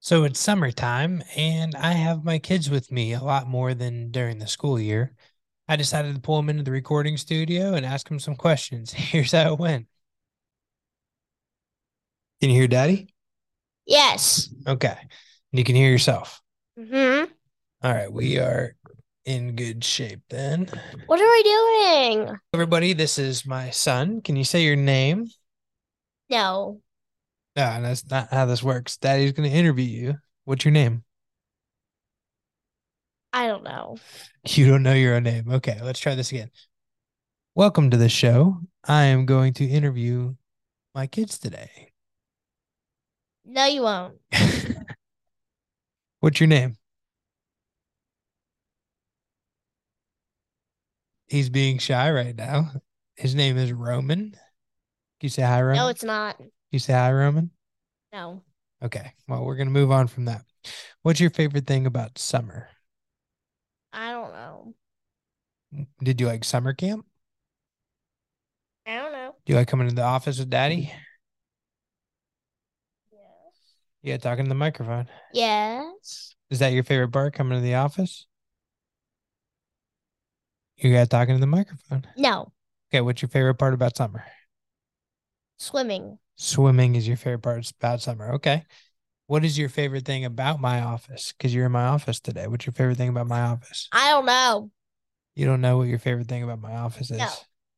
So it's summertime, and I have my kids with me a lot more than during the school year. I decided to pull them into the recording studio and ask them some questions. Here's how it went. Can you hear daddy? Yes. Okay. And you can hear yourself. hmm All right. We are in good shape then. What are we doing? Everybody, this is my son. Can you say your name? No. No, that's not how this works. Daddy's going to interview you. What's your name? I don't know. You don't know your own name. Okay, let's try this again. Welcome to the show. I am going to interview my kids today. No, you won't. What's your name? He's being shy right now. His name is Roman. Can you say hi, Roman? No, it's not. Can you say hi, Roman? No. Okay. Well, we're going to move on from that. What's your favorite thing about summer? I don't know. Did you like summer camp? I don't know. Do you like coming to the office with daddy? Yes. Yeah, talking to the microphone. Yes. Is that your favorite part coming to the office? You got talking to the microphone. No. Okay, what's your favorite part about summer? Swimming. Swimming is your favorite part about summer. Okay. What is your favorite thing about my office? Because you're in my office today. What's your favorite thing about my office? I don't know. You don't know what your favorite thing about my office is. No.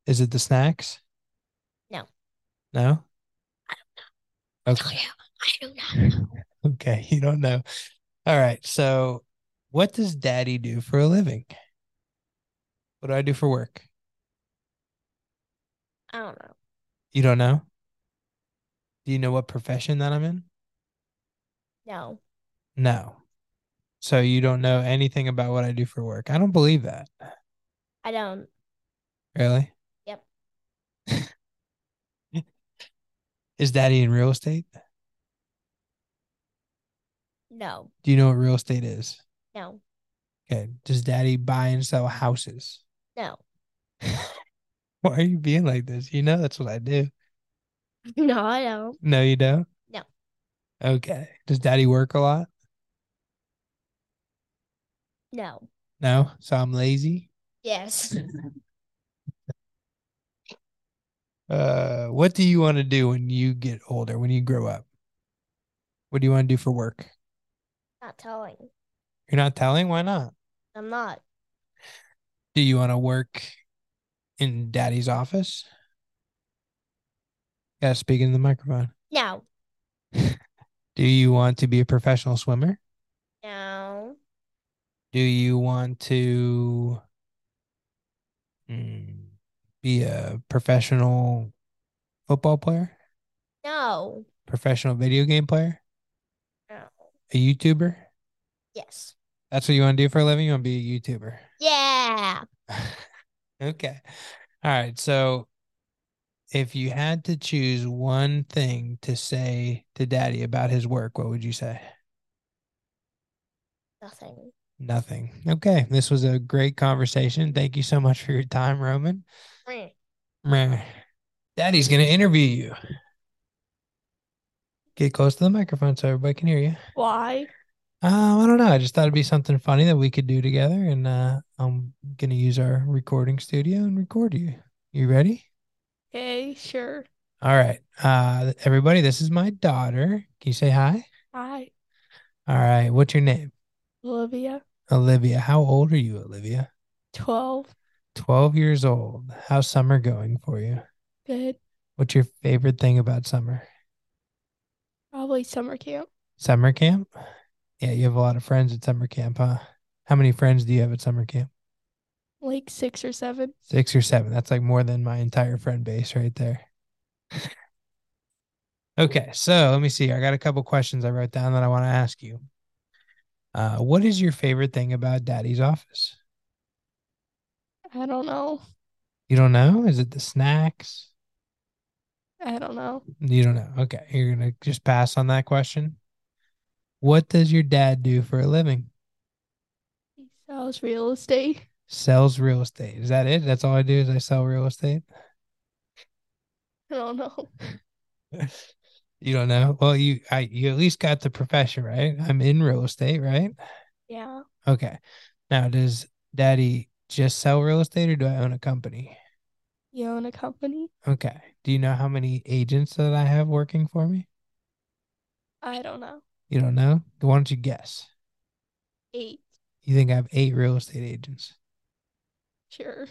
Is it the snacks? No. No? No, Okay. Oh, I do not know. Okay. You don't know. All right. So, what does daddy do for a living? What do I do for work? I don't know. You don't know? Do you know what profession that I'm in? No. No. So you don't know anything about what I do for work. I don't believe that. I don't. Really? Yep. Is daddy in real estate? No. Do you know what real estate is? No. Okay. Does daddy buy and sell houses? No. Why are you being like this? You know that's what I do. No, I don't. No, you don't? No. Okay. Does daddy work a lot? No. No. So I'm lazy. Yes. Uh, what do you want to do when you get older, when you grow up? What do you want to do for work? not telling. You're not telling? Why not? I'm not. Do you want to work in daddy's office? Yeah, speak into the microphone. No. Do you want to be a professional swimmer? No. Do you want to mm, be a professional football player, No. professional video game player, No. a YouTuber? Yes. That's what you want to do for a living? You want to be a YouTuber? Yeah. Okay. All right. So if you had to choose one thing to say to daddy about his work, what would you say? Nothing. Nothing. Okay. This was a great conversation. Thank you so much for your time, Roman. Meh. Meh. Daddy's going to interview you. Get close to the microphone so everybody can hear you. Why? Um, I don't know. I just thought it'd be something funny that we could do together. And uh, I'm going to use our recording studio and record you. You ready? Okay, sure. All right. Uh everybody, this is my daughter. Can you say hi? Hi, All right. What's your name? Olivia, Olivia. How old are you, Olivia? 12. 12 years old. How's summer going for you? Good. What's your favorite thing about summer? Probably summer camp. Summer camp? Yeah, you have a lot of friends at summer camp, huh? How many friends do you have at summer camp? Like six or seven. Six or seven. That's like more than my entire friend base right there. okay, so let me see. I got a couple questions I wrote down that I want to ask you. Uh, what is your favorite thing about daddy's office? I don't know. You don't know? Is it the snacks? I don't know. You don't know. Okay. You're going to just pass on that question. What does your dad do for a living? He sells real estate. Sells real estate. Is that it? That's all I do is I sell real estate. I don't know. You don't know? Well, you I you at least got the profession right. I'm in real estate, right? Yeah. Okay. Now, does Daddy just sell real estate, or do I own a company? You own a company? Okay. Do you know how many agents that I have working for me? I don't know. You don't know? Why don't you guess? Eight. You think I have eight real estate agents? Sure.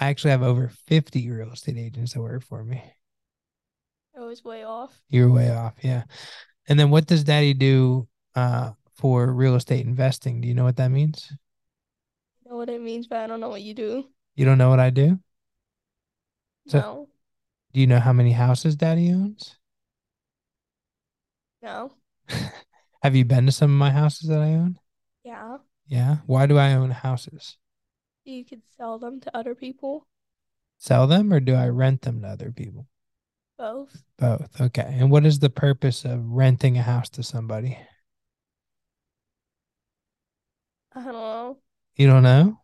I actually have over 50 real estate agents that work for me. I was way off. You're way off. Yeah. And then what does daddy do uh, for real estate investing? Do you know what that means? I know what it means, but I don't know what you do. You don't know what I do? So- no. Do you know how many houses daddy owns? No. Have you been to some of my houses that I own? Yeah. Yeah. Why do I own houses? You could sell them to other people. Sell them or do I rent them to other people? Both. Both. Okay. And what is the purpose of renting a house to somebody? I don't know. You don't know?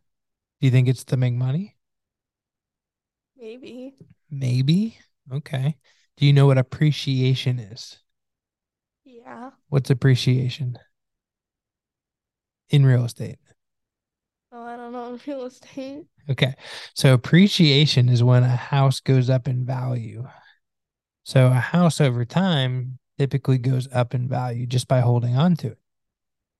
Do you think it's to make money? Maybe. Maybe. Okay. Do you know what appreciation is? Yeah. What's appreciation in real estate? Oh, I don't know. Real estate. Okay. So appreciation is when a house goes up in value. So a house over time typically goes up in value just by holding on to it.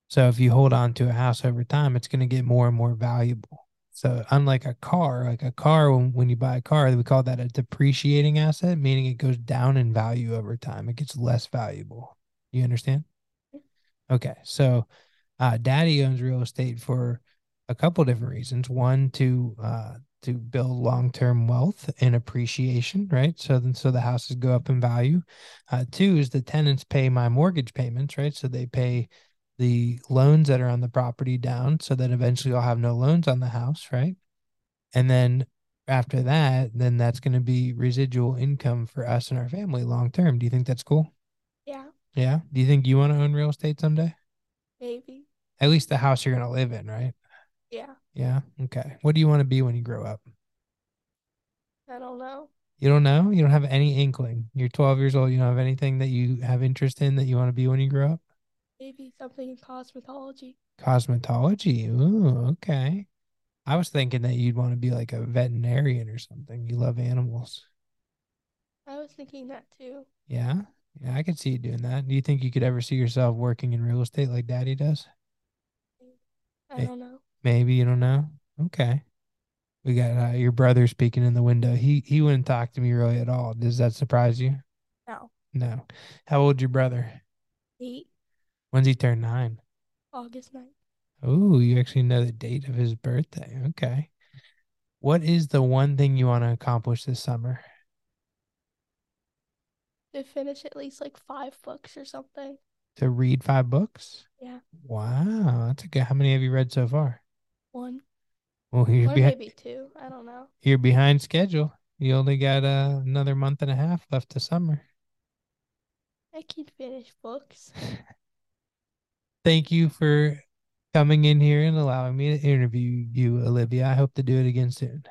So if you hold on to a house over time, it's going to get more and more valuable. So unlike a car, like a car, when, when you buy a car, we call that a depreciating asset, meaning it goes down in value over time. It gets less valuable. You understand? Okay. So uh, daddy owns real estate for a couple different reasons. One to uh, to build long term wealth and appreciation, right? So then, so the houses go up in value. Uh, two is the tenants pay my mortgage payments, right? So they pay the loans that are on the property down, so that eventually I'll have no loans on the house, right? And then after that, then that's going to be residual income for us and our family long term. Do you think that's cool? Yeah. Yeah. Do you think you want to own real estate someday? Maybe. At least the house you're going to live in, right? Yeah. Yeah. Okay. What do you want to be when you grow up? I don't know. You don't know? You don't have any inkling. You're 12 years old. You don't have anything that you have interest in that you want to be when you grow up? Maybe something in cosmetology. Cosmetology. Ooh, okay. I was thinking that you'd want to be like a veterinarian or something. You love animals. I was thinking that too. Yeah. Yeah. I could see you doing that. Do you think you could ever see yourself working in real estate like daddy does? I Hey. don't know. Maybe you don't know. Okay. We got uh, your brother speaking in the window. He he wouldn't talk to me really at all. Does that surprise you? No. No. How old's your brother? Eight, When's he turn nine? August 9th. Oh, you actually know the date of his birthday. Okay. What is the one thing you want to accomplish this summer? To finish at least like five books or something. To read five books? Yeah. Wow, that's a good. How many have you read so far? One. Well, you're or behi- maybe two. I don't know. you're behind schedule. You only got uh, another month and a half left to summer. I can finish books. Thank you for coming in here and allowing me to interview you, Olivia. I hope to do it again soon.